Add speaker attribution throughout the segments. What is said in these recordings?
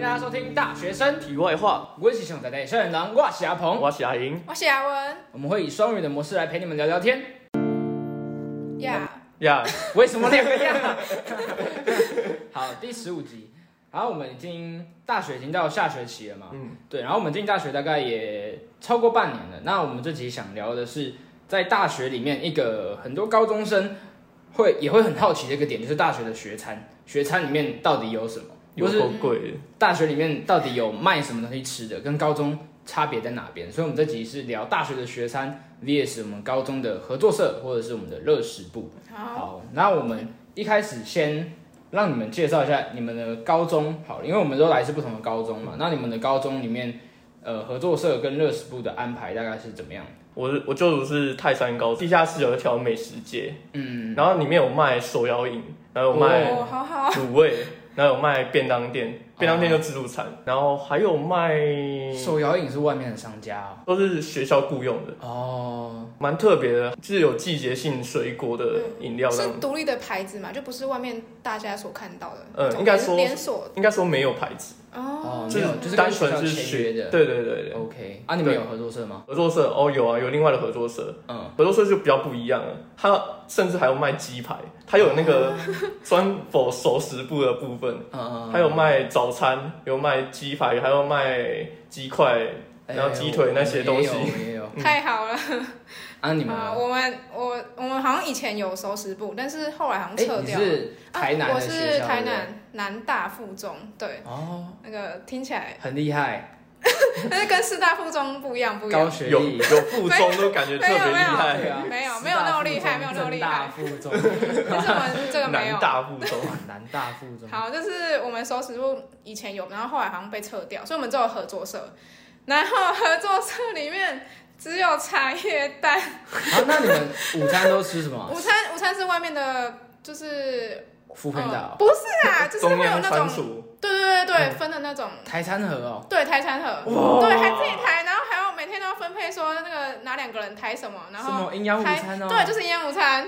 Speaker 1: 家收听《大学生
Speaker 2: 题外话，
Speaker 1: 我是熊仔仔，校园郎挂霞鹏，
Speaker 2: 我是阿莹
Speaker 3: 我是雅文
Speaker 1: 我们会以双语的模式来陪你们聊聊天。
Speaker 3: 呀，
Speaker 2: 呀，
Speaker 1: 为什么两个样啊？好，第十五集。然后我们已经大学已经到下学期了嘛，
Speaker 2: 嗯，
Speaker 1: 对，然后我们进大学大概也超过半年了。那我们这集想聊的是，在大学里面一个很多高中生会也会很好奇的一个点，就是大学的学餐，学餐里面到底有什么，
Speaker 2: 有
Speaker 1: 或是
Speaker 2: 够贵的，
Speaker 1: 大学里面到底有卖什么东西吃的，跟高中差别在哪边？所以我们这集是聊大学的学餐 vs 我们高中的合作社或者是我们的乐食部。
Speaker 3: 好，
Speaker 1: 好，那我们一开始先让你们介绍一下你们的高中，好了，因为我们都来自不同的高中
Speaker 2: 嗯
Speaker 1: 嘛。那你们的高中里面，呃，合作社跟乐食部的安排大概是怎么样？
Speaker 2: 我我就读是泰山高地下室有一条美食街，
Speaker 1: 嗯，
Speaker 2: 然后里面有卖手摇饮，然后有卖
Speaker 3: 哦，好好，
Speaker 2: 卤 味，然后有卖便当店，便当店就自助餐，
Speaker 1: 哦
Speaker 2: 然后还有卖
Speaker 1: 手摇饮是外面的商家哦。
Speaker 2: 都是学校雇佣的，
Speaker 1: 哦，
Speaker 2: 蛮特别的，就是有季节性水果的
Speaker 1: 嗯
Speaker 2: 饮料这样
Speaker 3: 是。独立的牌子嘛，就不是外面大家所看到的，
Speaker 2: 嗯
Speaker 3: 那种
Speaker 2: 应该说
Speaker 3: 连连锁
Speaker 2: 应该说没有牌子，
Speaker 1: 哦
Speaker 3: 哦，
Speaker 1: 没有就是跟
Speaker 2: 单纯
Speaker 1: 学校签
Speaker 2: 是学
Speaker 1: 约的
Speaker 2: 对对对对，
Speaker 1: OK，啊，你们有合作社吗？
Speaker 2: 合作社哦有啊，有另外的合作社，
Speaker 1: 嗯，
Speaker 2: 合作社就比较不一样了，它甚至还有卖鸡排，它有那个专否熟食部的部分，
Speaker 1: 嗯
Speaker 2: 还有卖早餐，有卖鸡排，还有卖鸡块，然后鸡腿那些东西
Speaker 1: 哎哎我们也有我们也有
Speaker 3: 太好了
Speaker 1: 啊，你们
Speaker 3: 啊！
Speaker 1: 呢？
Speaker 3: 我们我我们好像以前有熟食部，但是后来好像
Speaker 1: 哎，
Speaker 3: 撤
Speaker 1: 你
Speaker 3: 掉了。
Speaker 1: 是台南
Speaker 3: 啊，我
Speaker 1: 的学校？
Speaker 3: 是
Speaker 1: 对
Speaker 3: 台
Speaker 1: 不对
Speaker 3: 南南大附中，对，
Speaker 1: 哦，
Speaker 3: 那个听起来，
Speaker 1: 很厉害，
Speaker 3: 但是跟师大附中不一样，不一
Speaker 1: 高
Speaker 3: 样，
Speaker 1: 学
Speaker 2: 有
Speaker 1: 历
Speaker 2: 有。附中都感觉特别厉
Speaker 1: 对
Speaker 2: 害，
Speaker 1: 啊，
Speaker 3: 没有
Speaker 1: 师大
Speaker 3: 没有那么厉害
Speaker 1: 附中
Speaker 3: 没有那么
Speaker 1: 正
Speaker 3: 厉害
Speaker 1: 大附中，
Speaker 3: 但是我们 这个没有
Speaker 2: 南。大附中，
Speaker 1: 南大附中，
Speaker 3: 好，就是我们熟食部以前有，然后后来好像被撤掉，所以我们只有合作社。然后合作社里面只有茶叶蛋，
Speaker 1: 好，那你们午餐都吃什么啊
Speaker 3: 午？餐午餐是外面的，就是
Speaker 1: 福哦朋
Speaker 3: 呃
Speaker 1: 岛、
Speaker 3: 不是啊，就是
Speaker 2: 中
Speaker 3: 会有
Speaker 2: 央
Speaker 3: 那
Speaker 2: 番
Speaker 3: 种，
Speaker 2: 薯，
Speaker 3: 对对对对，
Speaker 2: 嗯
Speaker 3: 分的那种，
Speaker 1: 台餐盒哦，
Speaker 3: 对台餐盒，
Speaker 2: 哇
Speaker 3: 对还自己台，然后还要每天都要分配说那个哪两个人台什么，然
Speaker 1: 什
Speaker 3: 后
Speaker 1: 么营养午
Speaker 3: 台
Speaker 1: 餐哦？
Speaker 3: 对，就是营养午餐，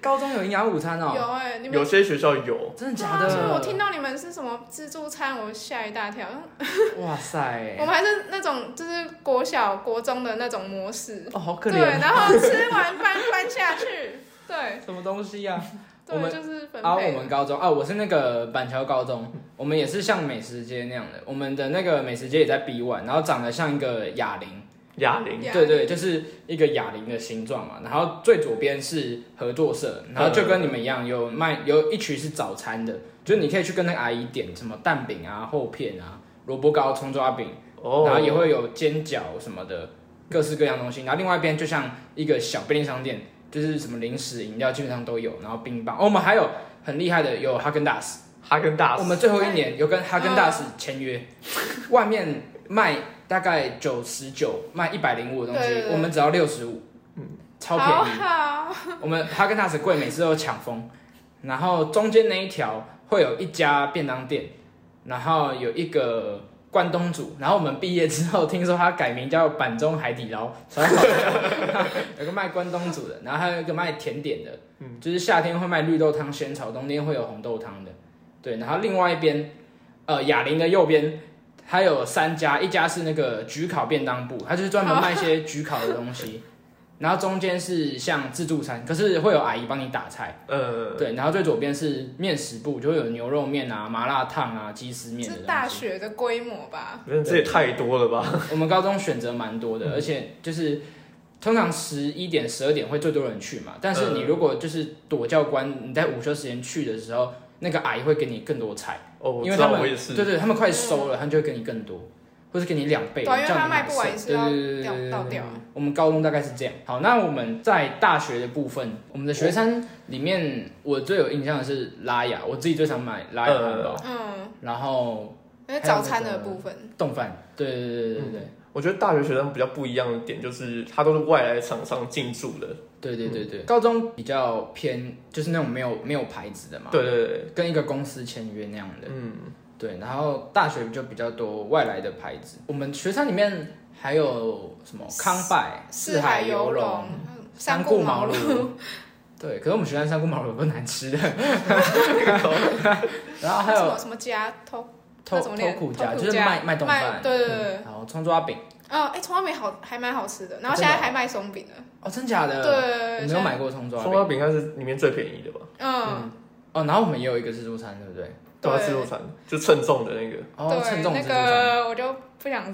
Speaker 1: 高中有营养午餐
Speaker 3: 有
Speaker 1: 哦，
Speaker 3: 哎，你们
Speaker 2: 有些学校有，
Speaker 1: 真的
Speaker 3: 对
Speaker 1: 假
Speaker 3: 啊，
Speaker 1: 的？
Speaker 3: 所以我听到你们是什么自助餐，我吓一大跳，
Speaker 1: 哇塞
Speaker 3: 我，们还是那种就是国小国中的那种模式，
Speaker 1: 哦，好可
Speaker 3: 对，
Speaker 1: 怜，
Speaker 3: 然后吃完翻翻 下去，对
Speaker 1: 什么东西呀？我
Speaker 3: 对，
Speaker 1: 们
Speaker 3: 就是分
Speaker 1: 啊，
Speaker 3: 配
Speaker 1: 我。们高中啊，我是那个板桥高中，我们也是像美食街那样的，我们的那个美食街也在 B one，然后长得像一个哑铃，
Speaker 2: 哑铃，
Speaker 3: 哑
Speaker 1: 对对，就是一个哑铃的形状嘛。然后最左边是合作社，然后就跟你们一样，有卖有一区是早餐的，就是你可以去跟那个阿姨点什么蛋饼啊、厚片啊、萝卜糕、葱抓饼，
Speaker 2: 哦，
Speaker 1: 然后也会有煎饺什么的，各式各样东西。然后另外一边就像一个小便利商店，就是什么零食、饮料基本上都有，然后冰棒。哦，我们还有很厉害的，有哈根达斯。
Speaker 2: 哈根达斯，
Speaker 1: 我们最后一年有跟哈根达斯签约， 外面卖大概九十九，卖一百零五的东西，
Speaker 3: 对对对
Speaker 1: 我们只要六十五，嗯，超便
Speaker 3: 好
Speaker 1: 宜。
Speaker 3: 好，
Speaker 1: 我们哈根达斯贵，每次都抢疯。然后中间那一条会有一家便当店，然后有一个关东煮，然后我们毕业之后听说他改名叫板中海底捞，超好笑有个卖关东煮的，然后还有一个卖甜点的，就是夏天会卖绿豆汤仙草，冬天会有红豆汤的，对，然后另外一边，呃，哑铃的右边。还有三家，一家是那个焗烤便当部，它就是专门卖一些焗烤的东西，然后中间是像自助餐，可是会有阿姨帮你打菜，
Speaker 2: 呃，
Speaker 1: 对，然后最左边是面食部，就会有牛肉面啊、麻辣烫啊、鸡丝面的
Speaker 3: 是
Speaker 1: 东
Speaker 3: 大
Speaker 1: 西。
Speaker 3: 学的规模吧？
Speaker 2: 嗯，这也太多了吧，
Speaker 1: 我们高中选择蛮多
Speaker 2: 嗯
Speaker 1: 的，而且就是通常十一点、十二点会最多人去嘛。但是你
Speaker 2: 嗯
Speaker 1: 如果就是躲教官，你在午休时间去的时候，那个阿姨会给你更多菜，
Speaker 2: 哦，我
Speaker 1: 因
Speaker 2: 知
Speaker 1: 为他
Speaker 2: 道
Speaker 1: 们
Speaker 2: 我也
Speaker 1: 对
Speaker 2: 是，
Speaker 1: 对，他们快收了，他们就会给你更多，或是给你两倍，
Speaker 3: 对
Speaker 1: 叫
Speaker 3: 啊，
Speaker 1: 你
Speaker 3: 因为它卖不完
Speaker 1: 买
Speaker 3: 也
Speaker 1: 剩
Speaker 3: 是要
Speaker 1: 对对对对
Speaker 3: 掉
Speaker 1: 对
Speaker 3: 倒
Speaker 1: 对
Speaker 3: 掉啊。
Speaker 1: 我们高中大概是这样。好，那我们在大学的部分，我们的学餐里面，我最有印象的是拉雅，我自己最常买拉雅
Speaker 2: 呃
Speaker 1: 汉堡，
Speaker 3: 嗯，
Speaker 1: 然后
Speaker 3: 因为早餐的部分，
Speaker 1: 冻饭，对对对对对
Speaker 2: 我觉得大学学生比较不一样的点就是，它都是外来厂商进驻的，
Speaker 1: 对对对
Speaker 2: 嗯
Speaker 1: 对，高中比较偏就是那种没有没有牌子的嘛，
Speaker 2: 对，对对，
Speaker 1: 跟一个公司签约那样的，
Speaker 2: 嗯。
Speaker 1: 对，然后大学就比较多外来的牌子。我们学餐里面还有什么康拜、
Speaker 3: 四
Speaker 1: 海
Speaker 3: 海游
Speaker 1: 龙
Speaker 3: 龙、、三顾茅
Speaker 1: 庐
Speaker 3: 庐，。
Speaker 1: 对，可是我们学校 啊三顾茅庐有个难吃的，然后还
Speaker 3: 什
Speaker 1: 有
Speaker 3: 么什么家偷
Speaker 1: 偷
Speaker 3: 那种
Speaker 1: 偷
Speaker 3: 脸
Speaker 1: 苦夹
Speaker 3: 偷苦
Speaker 1: 就是
Speaker 3: 夹
Speaker 1: 卖卖冻
Speaker 3: 卖
Speaker 1: 饭，
Speaker 3: 对对对
Speaker 1: 嗯然后葱抓饼，
Speaker 3: 哦，哎、葱花饼好还蛮好吃的，然后
Speaker 1: 真
Speaker 3: 现
Speaker 1: 的
Speaker 3: 在
Speaker 1: 哦
Speaker 3: 还卖松饼了。
Speaker 1: 哦，真假的？
Speaker 3: 对，对
Speaker 1: 我
Speaker 3: 对
Speaker 1: 没有买过葱抓
Speaker 2: 葱
Speaker 1: 饼
Speaker 2: 花。饼应该是里面最便宜的吧？
Speaker 3: 嗯，
Speaker 1: 哦，然后我们也有一个自助餐，对不对？
Speaker 2: 对啊，
Speaker 3: 对
Speaker 2: 自助餐就称重的那个，
Speaker 1: 哦，称重
Speaker 3: 那
Speaker 1: 自助餐，
Speaker 3: 个我就不想，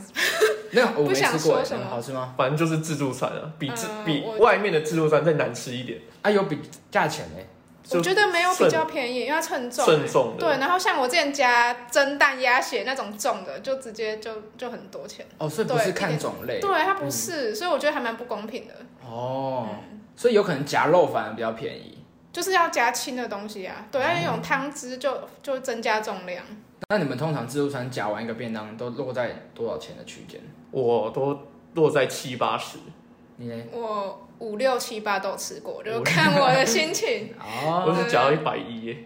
Speaker 1: 那个我
Speaker 3: 不
Speaker 1: 没
Speaker 3: 想
Speaker 1: 吃过，
Speaker 3: 说什
Speaker 1: 哎
Speaker 3: 么
Speaker 1: 好吃吗？
Speaker 2: 反正就是自助餐啊，比自、
Speaker 3: 嗯
Speaker 2: 比
Speaker 3: 我
Speaker 2: 外面的自助餐再难吃一点，
Speaker 1: 啊，有比价钱哎，
Speaker 2: 就
Speaker 3: 我觉得没有比
Speaker 2: 称
Speaker 3: 较便宜，因为它称重、欸
Speaker 2: 称重
Speaker 3: 对，
Speaker 2: 的。
Speaker 3: 然后像我之前加蒸蛋鸭血那种重的，就直接就就很多钱。
Speaker 1: 哦，所以不
Speaker 3: 对
Speaker 1: 是
Speaker 3: 一
Speaker 1: 看
Speaker 3: 点
Speaker 1: 种类，
Speaker 3: 对，它不是，所以我觉得还蛮不公平的。
Speaker 1: 哦，所以有可能夹肉反而比较便宜。
Speaker 3: 就是要加轻的东西啊，对，要有一种汤汁就就增加重量。
Speaker 1: 那你们通常自助餐夹完一个便当都落在多少钱的区间？
Speaker 2: 我都落在七八十，
Speaker 1: 你呢？
Speaker 3: 我五六七八都吃过，就看我的 心情。嗯
Speaker 1: 哦，
Speaker 2: 我是夹到一百一耶。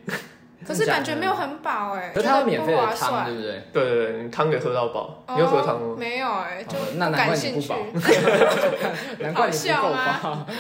Speaker 3: 可是感觉没有
Speaker 1: 真的假的，
Speaker 3: 很饱哎、欸，
Speaker 1: 可是它有
Speaker 3: 觉得
Speaker 1: 免
Speaker 3: 不
Speaker 1: 费的
Speaker 3: 划
Speaker 1: 汤，对
Speaker 3: 算。
Speaker 1: 不对？
Speaker 2: 对对对，你汤给喝到饱，
Speaker 3: 哦
Speaker 2: 你有喝汤吗？
Speaker 3: 没有哎、就
Speaker 1: 哦那难怪
Speaker 3: 感
Speaker 1: 你不
Speaker 3: 兴趣。
Speaker 1: 饱 难怪你不够饱。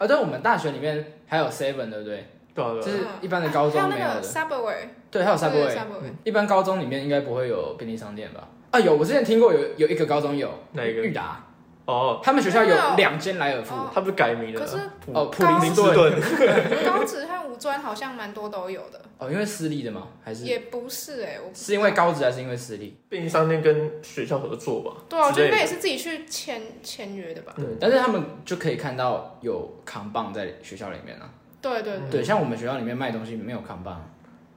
Speaker 1: 啊，对，我们大学里面还有 Seven，对不对？
Speaker 2: 对啊对啊
Speaker 1: 就是一般的高中
Speaker 3: 嗯还
Speaker 1: 没
Speaker 3: 有那
Speaker 1: 有
Speaker 3: 个
Speaker 1: 的。
Speaker 3: Subway，
Speaker 1: 对，还有
Speaker 3: 对
Speaker 1: Subway。
Speaker 3: Subway，
Speaker 1: 一般高中里面应该不会有便利商店吧？啊，有，我之前听过有有一个高中有
Speaker 2: 哪一个
Speaker 1: 裕达，
Speaker 2: 哦，
Speaker 1: 他们学校
Speaker 3: 真的
Speaker 1: 有
Speaker 3: 哦
Speaker 1: 两间莱尔富。
Speaker 3: 哦
Speaker 2: 他不是改名了
Speaker 3: 可
Speaker 2: 啊？
Speaker 3: 是
Speaker 2: 普
Speaker 1: 哦，普
Speaker 3: 高
Speaker 1: 林
Speaker 2: 林
Speaker 1: 斯
Speaker 2: 斯
Speaker 1: 顿。
Speaker 2: 顿，
Speaker 3: 高职和五专好像蛮多都有的，
Speaker 1: 哦，因为私立的吗？还是
Speaker 3: 也不是哎、我
Speaker 1: 是因为高职还是因为私立？
Speaker 2: 便利商店跟学校合作吧？
Speaker 3: 对啊，我
Speaker 2: 之
Speaker 3: 觉得
Speaker 2: 类的
Speaker 3: 应该也是自己去签签约的吧。
Speaker 2: 嗯，
Speaker 1: 但是他们就可以看到有扛棒在学校里面啊。
Speaker 3: 对对对，
Speaker 1: 对，像我们学校里面卖东西没有扛棒，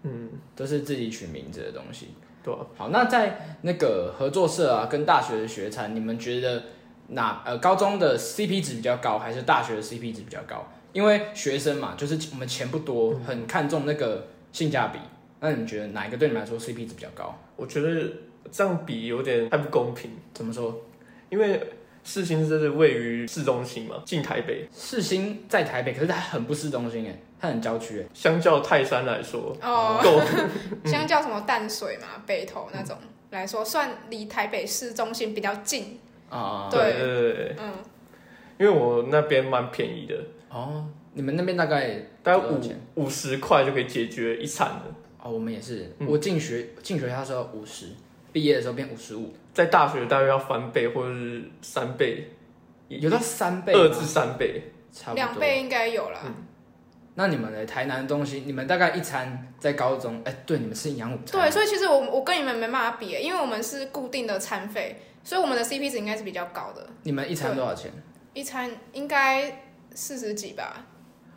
Speaker 2: 嗯，
Speaker 1: 都是自己取名字的东西。
Speaker 2: 对啊，
Speaker 1: 好，那在那个合作社啊，跟大学的学餐，你们觉得哪呃高中的 CP 值比较高，还是大学的 CP 值比较高？因为学生嘛，就是我们钱不多，很看重那个性价比。那你们觉得哪一个对你们来说 CP 值比较高？
Speaker 2: 我觉得这样比有点太不公平，
Speaker 1: 怎么说？
Speaker 2: 因为世新就是位于市中心嘛，近台北，
Speaker 1: 世新在台北，可是它很不市中心哎，它很郊区哎。
Speaker 2: 相较泰山来
Speaker 1: 嗯
Speaker 2: 说，
Speaker 3: 哦，
Speaker 2: 够
Speaker 3: 相较什么淡水嘛、北投那种来说，算离台北市中心比较近。
Speaker 1: 啊、
Speaker 3: 对
Speaker 2: 对对对，
Speaker 3: 嗯，
Speaker 2: 因为我那边蛮便宜的，
Speaker 1: 哦，你们那边大概
Speaker 2: 大概
Speaker 1: 多少
Speaker 2: 五
Speaker 1: 钱
Speaker 2: 五十块就可以解决一餐了。
Speaker 1: 哦，我们也是，
Speaker 2: 嗯
Speaker 1: 我进学进学校的时候五十，毕业的时候变五十五，
Speaker 2: 在大学大约要翻倍或者是三倍，
Speaker 1: 有到三倍吗，
Speaker 2: 二至三倍，
Speaker 1: 差不多嗯
Speaker 3: 两倍应该有啦。
Speaker 1: 那你们的台南的东西，你们大概一餐在高中，哎、对，你们吃营养午餐。
Speaker 3: 对，所以其实我我跟你们没办法比，欸因为我们是固定的餐费，所以我们的 CP 值应该是比较高的，
Speaker 1: 你们一餐多少钱？
Speaker 3: 一餐应该四十几吧，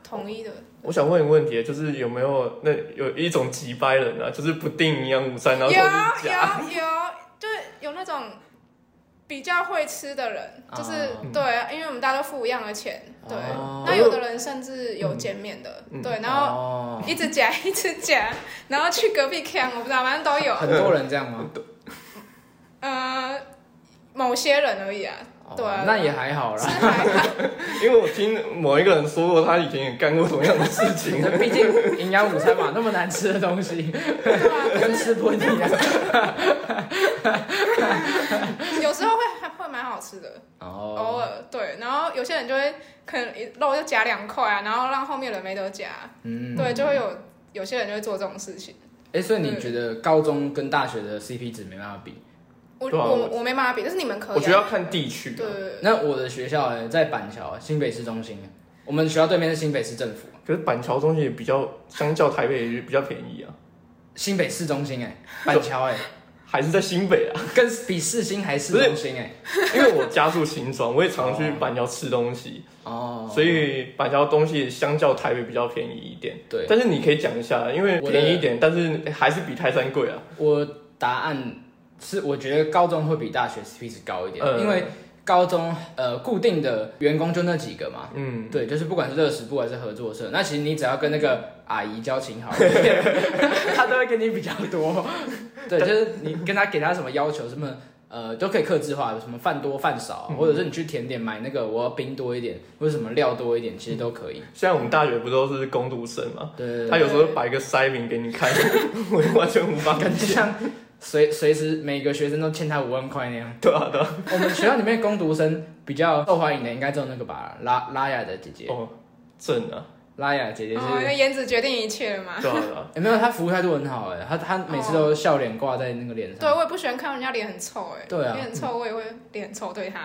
Speaker 3: 统一的。
Speaker 2: 我想问一个问题，就是有没有那有一种急掰人啊，就是不定营养午餐，然
Speaker 3: 有
Speaker 2: 后 跑去夹，
Speaker 3: 有有，就是有那种比较会吃的人，就是、
Speaker 1: 哦
Speaker 3: 对，啊因为我们大家都付一样的钱，对。
Speaker 1: 哦嗯
Speaker 3: 那有的人甚至有减免的，对，然后
Speaker 1: 后
Speaker 3: 一直夹 一直夹，然后去隔壁 can，我不知道，反正都有。
Speaker 1: 很多人这样吗？
Speaker 3: 呃，某些人而已啊，对啊
Speaker 1: 哦那也还好
Speaker 3: 是
Speaker 1: 啦。
Speaker 3: 还好。
Speaker 2: 因为我听某一个人说过，他以前也干过同样的事 情。
Speaker 1: 毕竟营养午餐嘛，那么难吃的东西，
Speaker 3: 对啊
Speaker 1: 跟吃不一样。
Speaker 3: 有时候会还会蛮好吃的，偶
Speaker 1: 哦，
Speaker 3: 尔对。然后有些人就会可能一肉就夹两块啊，然后让后面人没得夹，
Speaker 1: 嗯，
Speaker 3: 对，就会有有些人就会做这种事情。
Speaker 1: 哎、所以你
Speaker 3: 对
Speaker 1: 觉得高中跟大学的 CP 值没办法比？
Speaker 3: 我
Speaker 2: 对啊
Speaker 3: 我我没办法比，但是你们可以、啊。
Speaker 2: 我觉得要看地区、啊
Speaker 3: 对对对
Speaker 1: 那我的学校呢，在板桥新北市中心，我们学校对面是新北市政府，
Speaker 2: 可是板桥东西也比较，相较台北也比较便宜啊，
Speaker 1: 新北市中心哎、板桥 哎、
Speaker 2: 还是在新北啊。
Speaker 1: 跟比市心还市中心哎、
Speaker 2: 因为我家住新庄，我也常去板桥吃东西，
Speaker 1: 哦，
Speaker 2: 所以板桥东西相较台北比较便宜一点。
Speaker 1: 对，
Speaker 2: 但是你可以讲一下，因为
Speaker 1: 我的
Speaker 2: 便宜一点，但是还是比泰山贵啊。
Speaker 1: 我答案是，我觉得高中会比大学 CP 值高一点，
Speaker 2: 呃
Speaker 1: 因为高中呃固定的员工就那几个嘛。
Speaker 2: 嗯，
Speaker 1: 对，就是不管是乐食部还是合作社，那其实你只要跟那个阿姨交情好一点，她都会跟你比较多。对，就是你跟她给她什么要求，什么呃都可以克制化，什么饭多饭少，或者是你去甜点买那个我要冰多一点，或者什么料多一点，其实都可以。
Speaker 2: 现在我们大学不都是工读生嘛，
Speaker 1: 对对对
Speaker 2: 他有时候摆一个塞饼给 你看，我完全无法
Speaker 1: 感
Speaker 2: 理
Speaker 1: 觉
Speaker 2: 解。
Speaker 1: 像随随时每个学生都欠他五万块那样。
Speaker 2: 对啊，对啊。
Speaker 1: 我们学校里面
Speaker 2: 哦
Speaker 1: 工读生比较受欢迎的，应该只有那个吧，拉拉雅的姐姐。
Speaker 2: 哦，正啊，
Speaker 1: 拉雅姐姐是，
Speaker 3: 哦，因为颜值决定一切了嘛。
Speaker 2: 对啊对啊，
Speaker 1: 也没有她服务态度很好哎，她她每次都笑脸挂在那个脸
Speaker 3: 对，
Speaker 1: 上。
Speaker 3: 我也不喜欢看人家脸很臭、哎，
Speaker 1: 对啊
Speaker 3: 脸很臭，我也会脸很臭对他。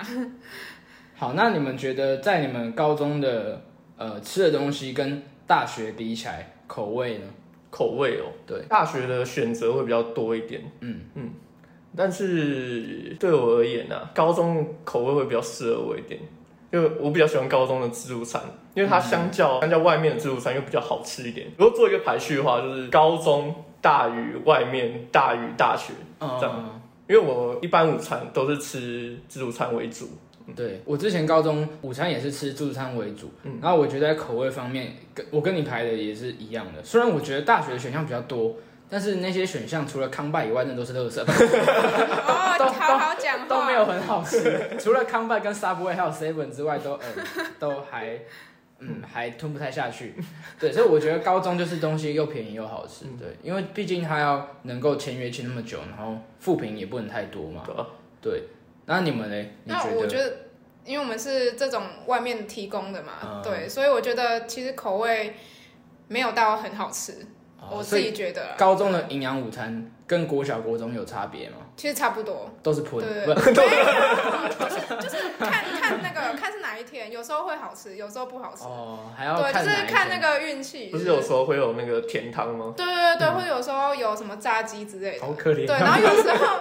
Speaker 1: 好，那你们觉得在你们高中的呃吃的东西跟大学比起来，口味呢？
Speaker 2: 口味哦，
Speaker 1: 对，
Speaker 2: 大学的选择会比较多一点，
Speaker 1: 嗯
Speaker 2: 嗯，但是对我而言啊，高中口味会比较适合我一点，因为我比较喜欢高中的自助餐，因为它相较、
Speaker 1: 嗯
Speaker 2: 相较外面的自助餐又比较好吃一点。如果做一个排序的话，就是高中大于外面大于大学，这
Speaker 1: 嗯，
Speaker 2: 因为我一般午餐都是吃自助餐为主，
Speaker 1: 对我之前高中午餐也是吃自助餐为主，
Speaker 2: 嗯
Speaker 1: 然后我觉得在口味方面，跟我跟你排的也是一样的。虽然我觉得大学的选项比较多，但是那些选项除了康拜以外，那都是垃 圾，
Speaker 3: 哦，
Speaker 1: 都
Speaker 3: 好好讲话，
Speaker 1: 都没有很好吃。 除了康拜跟 Subway 还有 Seven 之外，都呃都还嗯还吞不太下去。对，所以我觉得高中就是东西又便宜又好吃。
Speaker 2: 嗯
Speaker 1: 对，因为毕竟它要能够签约签那么久，然后负评也不能太多嘛。
Speaker 2: 对啊吧、
Speaker 1: 对，那你们呢？你
Speaker 3: 那我
Speaker 1: 觉
Speaker 3: 觉
Speaker 1: 得？
Speaker 3: 得，因为我们是这种外面提供的嘛，
Speaker 1: 嗯
Speaker 3: 对，所以我觉得其实口味没有到很好吃，
Speaker 1: 哦
Speaker 3: 我
Speaker 1: 所
Speaker 3: 自
Speaker 1: 以
Speaker 3: 己觉得啦，
Speaker 1: 高中的营养午餐跟国小国中有差别吗？
Speaker 3: 其实差不 多。
Speaker 1: 都是喷，
Speaker 3: 对，
Speaker 1: 不
Speaker 3: 没有就是就是看看那个看是哪一天，有时候会好吃，有时候不好吃，
Speaker 1: 哦，还要
Speaker 3: 对，就
Speaker 1: 看
Speaker 3: 是看那
Speaker 1: 个
Speaker 3: 个运气。
Speaker 2: 不是
Speaker 3: 就
Speaker 2: 有时候会有那个甜汤吗？，
Speaker 3: 对对对对，
Speaker 1: 嗯
Speaker 3: 或者有时候有什么炸鸡之类的，
Speaker 1: 好可怜哦
Speaker 3: 对，然后有时候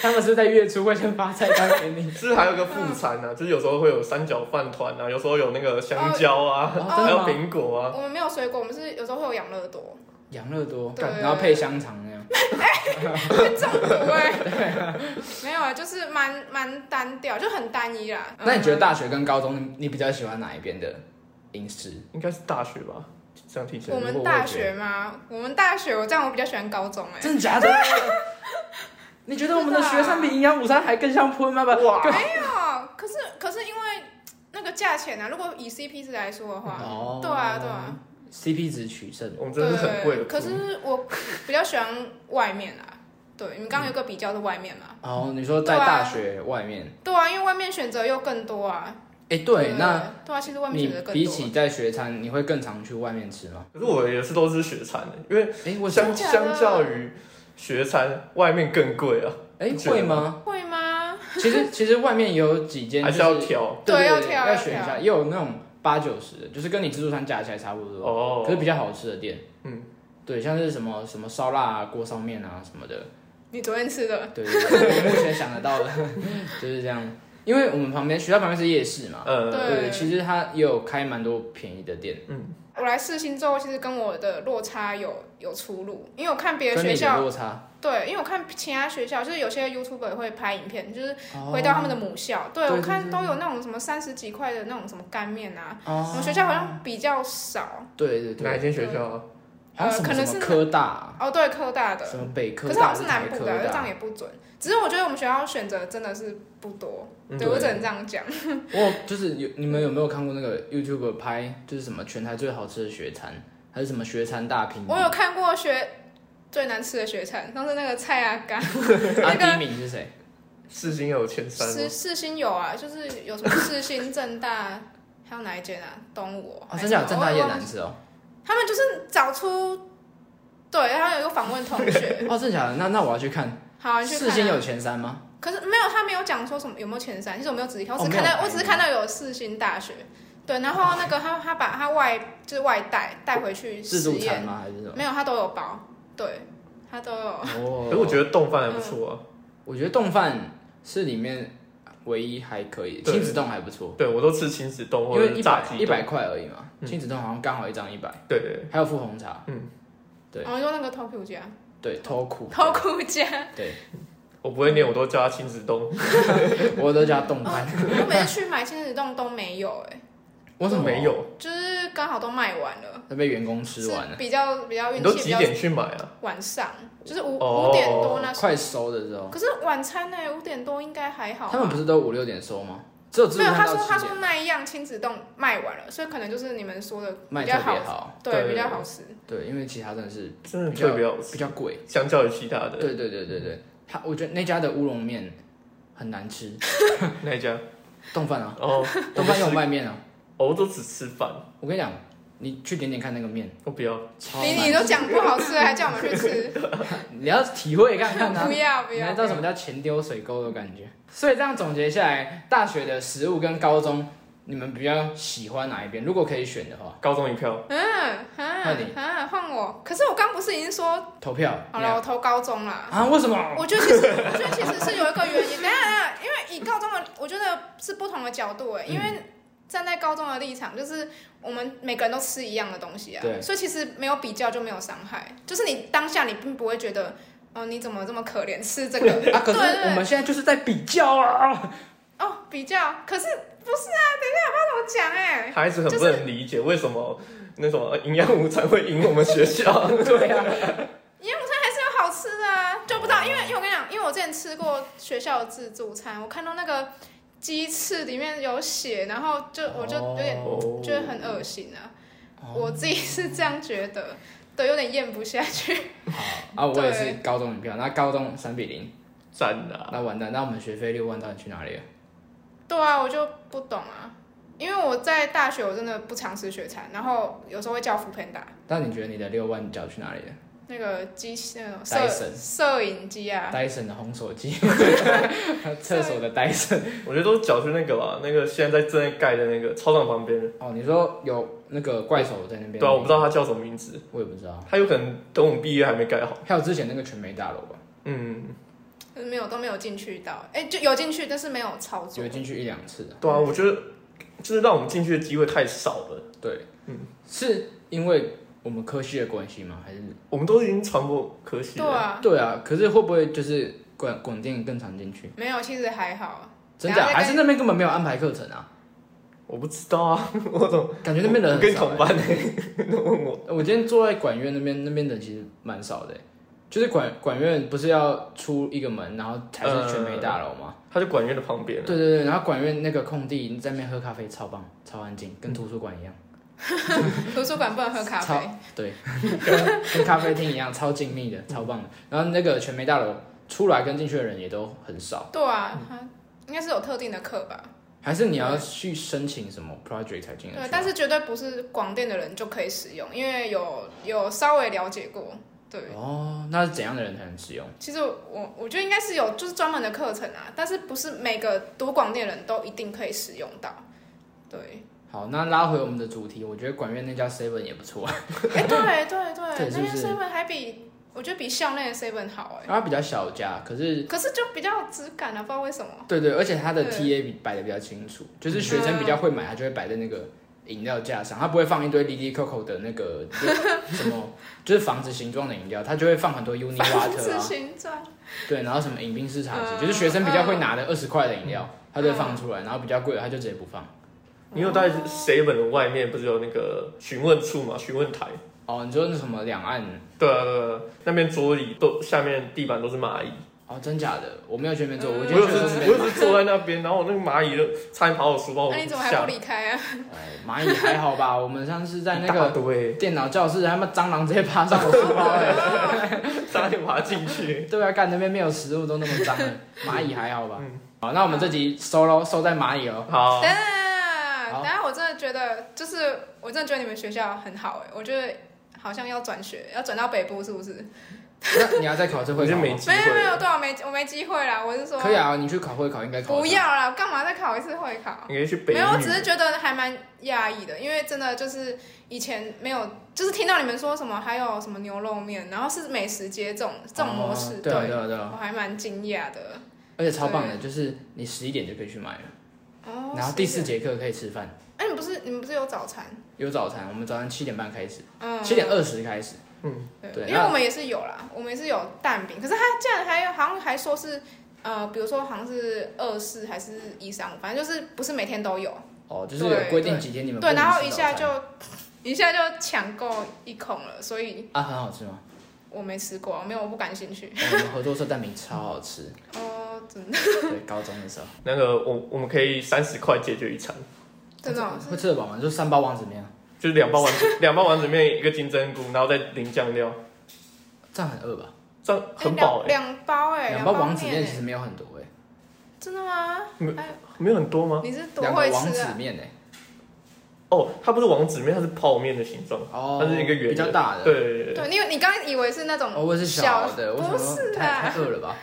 Speaker 1: 他们是不是在月初会先发菜单给你
Speaker 2: 就是还有一个副餐
Speaker 3: 嗯
Speaker 2: 啊，就是有时候会有三角饭团啊，有时候有那个香蕉啊，
Speaker 1: 哦
Speaker 2: 还有
Speaker 1: 哦真
Speaker 2: 苹果啊，
Speaker 3: 我们没有水果，我们是有时候会有养乐多，
Speaker 1: 养乐多，
Speaker 3: 对
Speaker 1: 然后配香肠那样。
Speaker 3: 中毒哎、没有啊，就是蛮蛮单调，就很单一啦。
Speaker 1: 那你觉得
Speaker 3: 嗯？
Speaker 1: 大学跟高中，你比较喜欢哪一边的饮食？
Speaker 2: 应该是大学吧，这样听起来
Speaker 3: 我。们大学吗？我们大学，我这样我比较喜欢高中哎、
Speaker 1: 真的假 的？你觉得我们的学生比营养午餐还更像喷吗？不，
Speaker 2: 哇
Speaker 1: 更
Speaker 3: 没有，哦可是可是因为那个价钱啊，如果以 CP 值来说的话，
Speaker 1: 哦
Speaker 3: 对啊对啊，
Speaker 1: ，CP 值取胜。
Speaker 2: 我们真
Speaker 3: 对，啊
Speaker 2: 的是很贵的。
Speaker 3: 可是我比较喜欢外面啊，对，你们刚刚有个比较是外面嘛，
Speaker 1: 哦，你说在
Speaker 3: 对啊
Speaker 1: 大学外面，
Speaker 3: 对啊，因为外面选择又更多啊。
Speaker 1: 哎，对，那
Speaker 3: 对啊，其实外面
Speaker 1: 你
Speaker 3: 选择更多。
Speaker 1: 比起在学餐，你会更常去外面吃吗？
Speaker 2: 可是我也是都是学餐的，因为
Speaker 1: 哎，我想
Speaker 2: 相
Speaker 3: 真假的
Speaker 2: 相较于学餐，外面更贵啊，
Speaker 1: 哎
Speaker 2: 你觉得
Speaker 1: 会吗？
Speaker 3: 会吗？
Speaker 1: 其实 其实外面也有几间、就
Speaker 2: 还
Speaker 1: 是
Speaker 2: 是要挑
Speaker 1: 对
Speaker 3: 对要
Speaker 1: 对
Speaker 3: 挑
Speaker 1: 要
Speaker 3: 要
Speaker 1: 选一
Speaker 3: 挑
Speaker 1: 下，也有那种八九十的，就是跟你自助餐加起来差不多，
Speaker 2: 哦
Speaker 1: 可。是比较好吃的店。
Speaker 2: 嗯，
Speaker 1: 对，像是什么什么烧腊啊、锅烧面啊什么的，
Speaker 3: 你昨天吃的
Speaker 1: 对，对 对我目前想得到的 就是这样。因为我们旁边学校旁边是夜市嘛，
Speaker 2: 呃，
Speaker 3: 对
Speaker 1: 对，其实它也有开蛮多便宜的店，
Speaker 3: 我来试新之后，其实跟我的落差有有出入，因为我看别的
Speaker 1: 跟
Speaker 3: 学
Speaker 1: 你的
Speaker 3: 校，
Speaker 1: 落差。
Speaker 3: 对，因为我看其他学校，就是有些 YouTuber 会拍影片，就是回到他们的母校，对
Speaker 1: 哦对
Speaker 3: 我看
Speaker 1: 对
Speaker 3: 都有那种什么三十几块的那种什么干面啊，
Speaker 1: 哦
Speaker 3: 我们学校好像比较少，
Speaker 1: 对对
Speaker 2: 哪一
Speaker 1: 对，
Speaker 2: 间学校啊？
Speaker 1: 好像什
Speaker 3: 呃可
Speaker 1: 么
Speaker 3: 能
Speaker 1: 什么
Speaker 3: 是
Speaker 1: 科大啊，
Speaker 3: 哦，对，科大的，
Speaker 1: 什么北科
Speaker 3: 可是
Speaker 1: 大，
Speaker 3: 好像是
Speaker 1: 台
Speaker 3: 南部
Speaker 1: 科
Speaker 3: 的，这样
Speaker 1: 大。
Speaker 3: 也不准。只是我觉得我们学校选择真的是不多，
Speaker 2: 嗯
Speaker 3: 对我只能这样讲。
Speaker 1: 我有就是有你们有没有看过那个 YouTube 拍就是什么全台最好吃的学餐，还是什么学餐大评比？
Speaker 3: 我有看过学最难吃的学餐，上次那个蔡阿 嘎，
Speaker 1: 啊，第
Speaker 3: 那
Speaker 1: 一
Speaker 3: 个
Speaker 1: 名是谁？
Speaker 2: 四星有前三
Speaker 3: 四
Speaker 2: 吗？
Speaker 3: 四星有啊，就是有什么四星、正大，还有哪一间啊？东吴哦
Speaker 1: 啊，真假的正大
Speaker 3: 还是
Speaker 1: 夜
Speaker 3: 什么
Speaker 1: 难吃哦。
Speaker 3: 他们就是找出，对，然后有一个访问同学，
Speaker 1: 哦，真假的，那那我要去看。
Speaker 3: 好，你去看、
Speaker 1: 四
Speaker 3: 啊。
Speaker 1: 星有前三吗？
Speaker 3: 可是没有，他没有讲说什么有没有前三，其实我没有仔细看，我
Speaker 1: 哦
Speaker 3: 只
Speaker 1: 没
Speaker 3: 看
Speaker 1: 有
Speaker 3: 到、
Speaker 1: 排
Speaker 3: 我只是看到有四星大学，对，然后那个他他把他外就是外带带回去
Speaker 1: 哦自
Speaker 3: 实
Speaker 1: 助餐
Speaker 3: 验，
Speaker 1: 吗？还是什么？
Speaker 3: 没有，他都有包，对，他都有。
Speaker 1: 哦
Speaker 2: 可是我觉得冻饭还不错啊。
Speaker 1: 我觉得冻饭是里面唯一还可以，
Speaker 2: 对
Speaker 1: 亲子冻还不
Speaker 3: 嗯
Speaker 1: 错，
Speaker 2: 对，我都吃亲子冻
Speaker 1: 因
Speaker 2: 或者
Speaker 1: 为
Speaker 2: 是
Speaker 1: 一
Speaker 2: 炸
Speaker 1: 百
Speaker 2: 鸡
Speaker 1: 一
Speaker 2: 冻。
Speaker 1: 百块而已嘛，
Speaker 2: 嗯
Speaker 1: 亲子冻好像刚好一张一百，
Speaker 2: 对对，
Speaker 1: 还有富红茶，对
Speaker 3: 然后哦就那个 Tokyo 家
Speaker 1: 对，偷苦，
Speaker 3: ，Tokyo 家，
Speaker 1: 对，
Speaker 2: 我不会念，我都叫它亲子冻。
Speaker 1: 我都叫冻饭，
Speaker 3: 我每次去买亲子冻都没有、哎，
Speaker 1: 为什么
Speaker 2: 没？有？
Speaker 3: 就是刚好都卖完了，
Speaker 1: 都被员工吃
Speaker 3: 是
Speaker 1: 完了，
Speaker 3: 比较比较
Speaker 2: 你
Speaker 3: 运
Speaker 2: 都
Speaker 3: 气比
Speaker 2: 几
Speaker 3: 较
Speaker 2: 点去买啊？
Speaker 3: 晚上，就是五五、
Speaker 2: 哦
Speaker 3: 点多那时候。
Speaker 1: 快收的时候。
Speaker 3: 可是晚餐呢、五点多应该还好吧。
Speaker 1: 他们不是都五六点收吗？只有自助
Speaker 3: 没有，
Speaker 1: 餐
Speaker 3: 他
Speaker 1: 到
Speaker 3: 说
Speaker 1: 七
Speaker 3: 他
Speaker 1: 点
Speaker 3: 说那一样亲子冻卖完了，所以可能就是你们说的
Speaker 1: 卖
Speaker 3: 比
Speaker 1: 特
Speaker 3: 较
Speaker 1: 别
Speaker 3: 好，
Speaker 1: 好，
Speaker 3: 对，
Speaker 2: 对
Speaker 3: 比较好吃。
Speaker 1: 对，因为其他真的是
Speaker 2: 真的
Speaker 1: 比较
Speaker 2: 特别好
Speaker 1: 比
Speaker 2: 吃，
Speaker 1: 较贵。
Speaker 2: 相较于其他的
Speaker 1: 对对对对对，他我觉得那家的乌龙面很难吃，
Speaker 2: 那一家。
Speaker 1: 冻饭啊，
Speaker 2: 哦，
Speaker 1: 冻饭有卖面啊。
Speaker 2: 我都只吃饭，
Speaker 1: 我跟你讲，你去点点看那个面，
Speaker 2: 我不要，
Speaker 1: 超
Speaker 3: 你你
Speaker 1: 难，
Speaker 3: 都讲不好吃，还叫我们去吃，
Speaker 1: 你要体会 看看 它
Speaker 3: 不。要不
Speaker 1: 你才
Speaker 3: 要
Speaker 1: 知，道什么叫钱丢水沟的感觉。所以这样总结下来，大学的食物跟高中，你们比较喜欢哪一边？如果可以选的话，
Speaker 2: 高中一票，
Speaker 3: 嗯
Speaker 1: 那你
Speaker 3: 嗯嗯，换我。可是我刚不是已经说
Speaker 1: 投票。
Speaker 3: 好
Speaker 1: 你
Speaker 3: 了，
Speaker 1: 要
Speaker 3: 我投高中啦。
Speaker 1: 啊？为什么？
Speaker 3: 我觉得其实，我觉得其实是有一个原因。等一下，等一下，因为以高中的，我觉得是不同的角度哎、因为站在高中的立场，就是我们每个人都吃一样的东西啊
Speaker 1: 对，
Speaker 3: 所以其实没有比较就没有伤害。就是你当下你并不会觉得，哦、你怎么这么可怜，吃这个
Speaker 1: 啊，可是
Speaker 3: 对对
Speaker 1: 我们现在就是在比较啊。
Speaker 3: 哦，比较。可是不是啊？等一下，我不知道怎么讲哎、
Speaker 2: 孩子很
Speaker 3: 就是嗯
Speaker 2: 不能理解为什么那什么营养午餐会赢我们学 校。
Speaker 1: 对啊，
Speaker 3: 营养午餐还是有好吃的啊，就不知道，因为因为我跟你讲，因为我之前吃过学校的自助餐，我看到那个鸡翅里面有血，然后就我就有点
Speaker 2: 哦
Speaker 3: 觉得很恶心啊，
Speaker 1: 哦
Speaker 3: 我自己是这样觉得，对，有点咽不下去。
Speaker 1: 啊，我也是
Speaker 3: 对
Speaker 1: 高中一票，那高中三比零，
Speaker 2: 赞啊啦、
Speaker 1: 那完蛋，那我们学费六万到底去哪里了？
Speaker 3: 对啊，我就不懂啊，因为我在大学我真的不常吃学餐，然后有时候会叫福朋达
Speaker 1: 那你觉得你的六万缴去哪里了
Speaker 3: 那个机器那种摄
Speaker 1: Dyson
Speaker 3: 摄影机啊，
Speaker 1: ？Dyson 的烘手 机， 厕所的 Dyson。
Speaker 2: 我觉得都缴去那个吧，那个现在在正在盖的那个操场旁边。
Speaker 1: 哦，你说有那个怪手在那边？
Speaker 2: 对啊，我不知道，它叫什么名字，
Speaker 1: 我也不知道。
Speaker 2: 它有可能等我们毕业还没盖好。
Speaker 1: 还有之前那个全美大楼啊吧，
Speaker 2: 嗯，
Speaker 3: 可是没有都没有进去到，哎、就有进去，但是没有操作
Speaker 1: 有。进去一两次。
Speaker 2: 对啊，我觉得就是让我们进去的机会太少了。
Speaker 1: 对，
Speaker 2: 嗯，
Speaker 1: 是因为我们科系的关系吗？还是
Speaker 2: 我们都已经传播科系
Speaker 3: 对
Speaker 2: 了，
Speaker 3: 啊，
Speaker 1: 对啊？可是会不会就是广广电更常进去？
Speaker 3: 没有，其实还好。
Speaker 1: 真假？
Speaker 3: 然后再
Speaker 1: 还是那边根本没有安排课程啊？
Speaker 2: 我不知道啊，我怎么
Speaker 1: 感觉那边人
Speaker 2: 我
Speaker 1: 很
Speaker 2: 跟你
Speaker 1: 少、
Speaker 2: 同
Speaker 1: 欸。
Speaker 2: 班呢、欸？那问我，
Speaker 1: 我今天坐在管院那边，那边人其实蛮少的欸、就是管管院不是要出一个门，然后才是全美大楼吗？
Speaker 2: 他就管院的旁边了。
Speaker 1: 对对对，然后管院那个空地在那边喝咖啡超棒，超安静，跟图书馆一样，
Speaker 3: 图书馆不能喝咖
Speaker 1: 超
Speaker 3: 啡，
Speaker 1: 对，跟跟咖啡厅一样，超静谧的，超棒的。然后那个全美大楼出来跟进去的人也都很少。
Speaker 3: 对啊，
Speaker 1: 嗯
Speaker 3: 它应该是有特定的课吧？
Speaker 1: 还是你要去申请什么 project 才进得去啊？
Speaker 3: 对，但是绝对不是广电的人就可以使用，因为有有稍微了解过。对，
Speaker 1: 哦，那是怎样的人才能使用？
Speaker 3: 其实我我觉得应该是有就是专门的课程啊，但是不是每个读广电的人都一定可以使用到。 对，
Speaker 1: 好，那拉回我们的主题，我觉得管院那家 seven 也不错，
Speaker 3: 哎、对
Speaker 1: 对
Speaker 3: 对对，
Speaker 1: 是
Speaker 3: 那
Speaker 1: 不
Speaker 3: 边
Speaker 1: 是
Speaker 3: seven 还比我觉得比校内的 seven 好哎、
Speaker 1: 它比较小家，可是
Speaker 3: 可是就比较有质感啊，不知道为什么。
Speaker 1: 对对，而且它的
Speaker 3: 对嗯
Speaker 1: TA 比摆的比较清楚，就是学生比较会买，他就会摆在那个饮料架上，他不会放一堆 l i l Coco 的那 个就什么，就是房子形状的饮料，他就会放很多 Uni
Speaker 3: 房 子
Speaker 1: Water 啊，
Speaker 3: 形状，
Speaker 1: 对，然后什么饮冰式茶
Speaker 3: 嗯
Speaker 1: 几，就是学生比较会拿的二十块的饮料，他就会放出来，然后比较贵的他就直接不放。
Speaker 2: 你有在 seven 的外面不是有那个询问处嘛？询问台。
Speaker 1: 哦，你说那什么两岸
Speaker 2: 对啊，对啊，那边桌椅都下面地板都是蚂蚁，
Speaker 1: 哦，真假的，我没有全面做，
Speaker 3: 嗯
Speaker 1: 我
Speaker 2: 我
Speaker 1: 已
Speaker 2: 也
Speaker 1: 经全
Speaker 2: 是
Speaker 1: 面
Speaker 2: 我也是坐在 那边，然后那个蚂蚁就差点把我书包
Speaker 3: 那、你怎么还
Speaker 2: 吓
Speaker 3: 不。离开啊？
Speaker 1: 哎，蚂蚁还好吧？我们上次在那
Speaker 2: 一大
Speaker 1: 个
Speaker 2: 堆，
Speaker 1: 电脑教室，他们蟑螂直接爬上我书 包哎、
Speaker 2: 差点爬进去。
Speaker 1: 对啊，干那边没有食物都那么脏了，蚂蚁还好吧？
Speaker 2: 嗯
Speaker 1: 好，那我们这集收喽，收在蚂蚁哦。
Speaker 2: 好，
Speaker 3: 等等，
Speaker 1: 好
Speaker 3: 等下我真的觉得，就是我真的觉得你们学校很好哎、我觉得好像要转学，要转到北部是不是？
Speaker 1: 那你要再考这
Speaker 2: 我
Speaker 1: 会
Speaker 2: 就
Speaker 1: 考
Speaker 2: 没
Speaker 1: 吗？
Speaker 2: 机
Speaker 3: 没有没
Speaker 2: 会
Speaker 3: 有，
Speaker 2: 了。
Speaker 3: 对啊，我没我没机会啦。我是说，
Speaker 1: 可以啊，你去考会考应该考得上
Speaker 3: 不要啦，干嘛再考一次会考？
Speaker 2: 你可以去北
Speaker 3: 没
Speaker 2: 女
Speaker 3: 有，我只是觉得还蛮讶异的，因为真的就是以前没有，就是听到你们说什么还有什么牛肉面，然后是美食街这种这种模式，
Speaker 1: 哦对啊对啊对啊，
Speaker 3: 我还蛮惊讶的。
Speaker 1: 而且超棒的，就是你十一点就可以去买了，
Speaker 3: 哦，
Speaker 1: 然后第四
Speaker 3: 是耶，
Speaker 1: 节课可以吃饭，
Speaker 3: 哎、你们不是你们不是有早餐？
Speaker 1: 有早餐，我们早上七点半开始，
Speaker 3: 嗯，
Speaker 1: 七点二十开始，对
Speaker 3: 对，因为
Speaker 1: 那
Speaker 3: 我们也是有啦，我们也是有蛋饼，可是他竟然还有好像还说是，呃，比如说好像是二四还是一三五，反正就是不是每天都有。
Speaker 1: 哦，就是有规定几天你们不
Speaker 3: 对，
Speaker 1: 能
Speaker 3: 然后
Speaker 1: 吃
Speaker 3: 一下
Speaker 1: 早
Speaker 3: 就
Speaker 1: 餐
Speaker 3: 一下就抢购一空了，所以
Speaker 1: 啊，很好吃吗？哎
Speaker 3: 我没吃过，没有，我不感兴趣。
Speaker 1: 我们合作社蛋饼超好吃，
Speaker 3: 哦，真的，
Speaker 1: 对，高中的时候。
Speaker 2: 那个我我们可以三十块解决一餐，
Speaker 3: 真的哦，
Speaker 1: 会吃得饱吗？就三包王子面啊，
Speaker 2: 就是两包丸 子，两包丸子面一个金针菇，然后再淋酱料，
Speaker 1: 这样很饿吧？
Speaker 2: 这样
Speaker 3: 哎
Speaker 2: 很饱哎、
Speaker 3: 两两包哎，
Speaker 1: 欸两
Speaker 3: 两
Speaker 1: 包
Speaker 3: 包
Speaker 1: 王子面
Speaker 3: 面
Speaker 1: 其实
Speaker 3: 哎，
Speaker 1: 没有很多哎、
Speaker 3: 真的吗？
Speaker 2: 没有很多吗？
Speaker 3: 你是多
Speaker 1: 两
Speaker 3: 会
Speaker 1: 个王
Speaker 3: 吃
Speaker 1: 子
Speaker 3: 啊？
Speaker 1: 面哎、
Speaker 2: 哦，它不是王子面，它是泡面的形状。
Speaker 1: 哦，
Speaker 2: 它是一个圆的
Speaker 1: 比较大的，，
Speaker 2: 对对对对，
Speaker 3: 对，因为你刚刚以为是那种
Speaker 1: 哦，我是
Speaker 3: 嗯小
Speaker 1: 的，我
Speaker 3: 不
Speaker 1: 想说
Speaker 3: 是
Speaker 1: 太
Speaker 3: 啊
Speaker 1: 太饿了吧？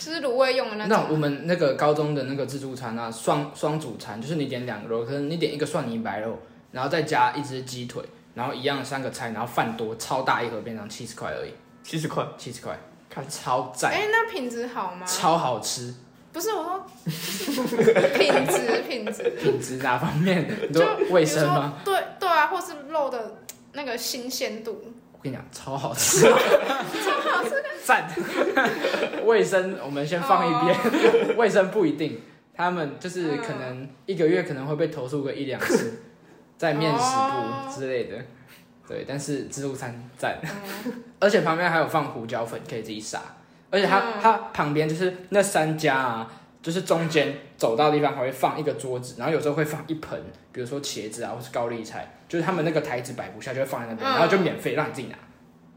Speaker 3: 就是卤味用的 那
Speaker 1: 那
Speaker 3: 种。
Speaker 1: 我们那个高中的那个自助餐啊，双双主餐就是你点两个肉，可是你点一个蒜泥白肉，然后再加一只鸡腿，然后一样三个菜，然后饭多，超大一盒便当，七十块而已，
Speaker 2: 七十块。
Speaker 1: 七十块，
Speaker 2: 看
Speaker 1: 超赞，
Speaker 3: 哎，那品质好吗？
Speaker 1: 超好吃，
Speaker 3: 不是 我说，就是品质品质，
Speaker 1: 品质哪方面？你
Speaker 3: 就
Speaker 1: 说卫
Speaker 3: 比如
Speaker 1: 生吗？
Speaker 3: 说对对啊，或是肉的那个新鲜度，
Speaker 1: 我跟你讲，超好吃，超好吃， 赞。 卫生我们先放一
Speaker 3: 啊
Speaker 1: 边， 卫生不一定，他们
Speaker 3: 嗯
Speaker 1: 就是可能一个月可能会被投诉个一两 次，在面食
Speaker 3: 哦
Speaker 1: 部之类的。对，但是自助餐赞，
Speaker 3: 嗯，
Speaker 1: 而且旁边还有放胡椒粉，可以自己撒。而且它、
Speaker 3: 嗯
Speaker 1: 它旁边就是那三家啊，就是中间走到的地方还会放一个桌子，然后有时候会放一盆，比如说茄子啊或是高丽菜，就是他们那个台子摆不下，就会放在那边，
Speaker 3: 嗯
Speaker 1: 然后就免费让你自己拿。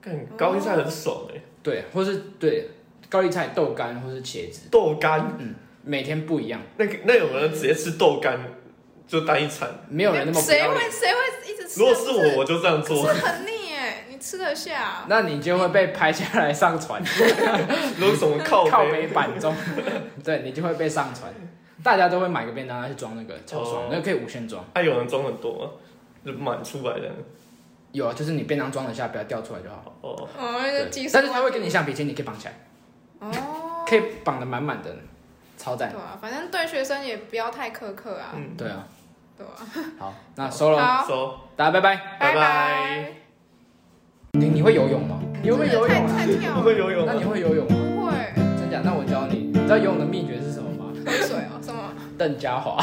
Speaker 2: 看高丽菜很爽哎、
Speaker 1: 对，或是对高丽菜、豆干或是茄子，
Speaker 2: 豆干
Speaker 1: 每天不一样，
Speaker 2: 那个那有人直接吃豆干就单一餐，
Speaker 1: 没有人那么不
Speaker 3: 谁
Speaker 1: 要
Speaker 3: 会
Speaker 1: 脸，
Speaker 3: 谁会一直吃？
Speaker 2: 如果是我，我就这样
Speaker 3: 可
Speaker 2: 做
Speaker 3: 啊是。很腻哎，你吃得下啊？
Speaker 1: 那你就会被拍下来上传
Speaker 2: 如果什么靠
Speaker 1: 靠北
Speaker 2: 背
Speaker 1: 板中，对你就会被上传，大家都会买个便当去装那个，超爽
Speaker 2: 哦，
Speaker 1: 那个可以无限装。
Speaker 2: 它有人装很多吗？就满出来的
Speaker 1: 有啊，就是你便当装得下，不要掉出来就好。
Speaker 2: 哦，
Speaker 3: 哦，那
Speaker 1: 对
Speaker 3: 个技术，
Speaker 1: 但是他会给你橡皮筋，你可以绑起来，
Speaker 3: 哦，
Speaker 1: 可以绑得满满的，超赞
Speaker 3: 对。啊，反正对学生也不要太苛刻啊，
Speaker 2: 嗯，
Speaker 1: 对啊，
Speaker 3: 对啊，
Speaker 1: 好，那收了，
Speaker 3: 好，
Speaker 2: 走，
Speaker 1: 大家拜拜。
Speaker 2: 拜
Speaker 3: 拜
Speaker 2: 拜。
Speaker 1: 你你会游泳吗？你会不会游泳啊
Speaker 3: 太？太跳
Speaker 2: 不
Speaker 3: 了，
Speaker 2: 会游泳
Speaker 1: 那你
Speaker 2: 吗？
Speaker 1: 会游泳吗？
Speaker 3: 不会
Speaker 1: 真假？那我教你，你知道游泳的秘诀是什么吗？
Speaker 3: 喝水哦，什么？
Speaker 1: 邓家华。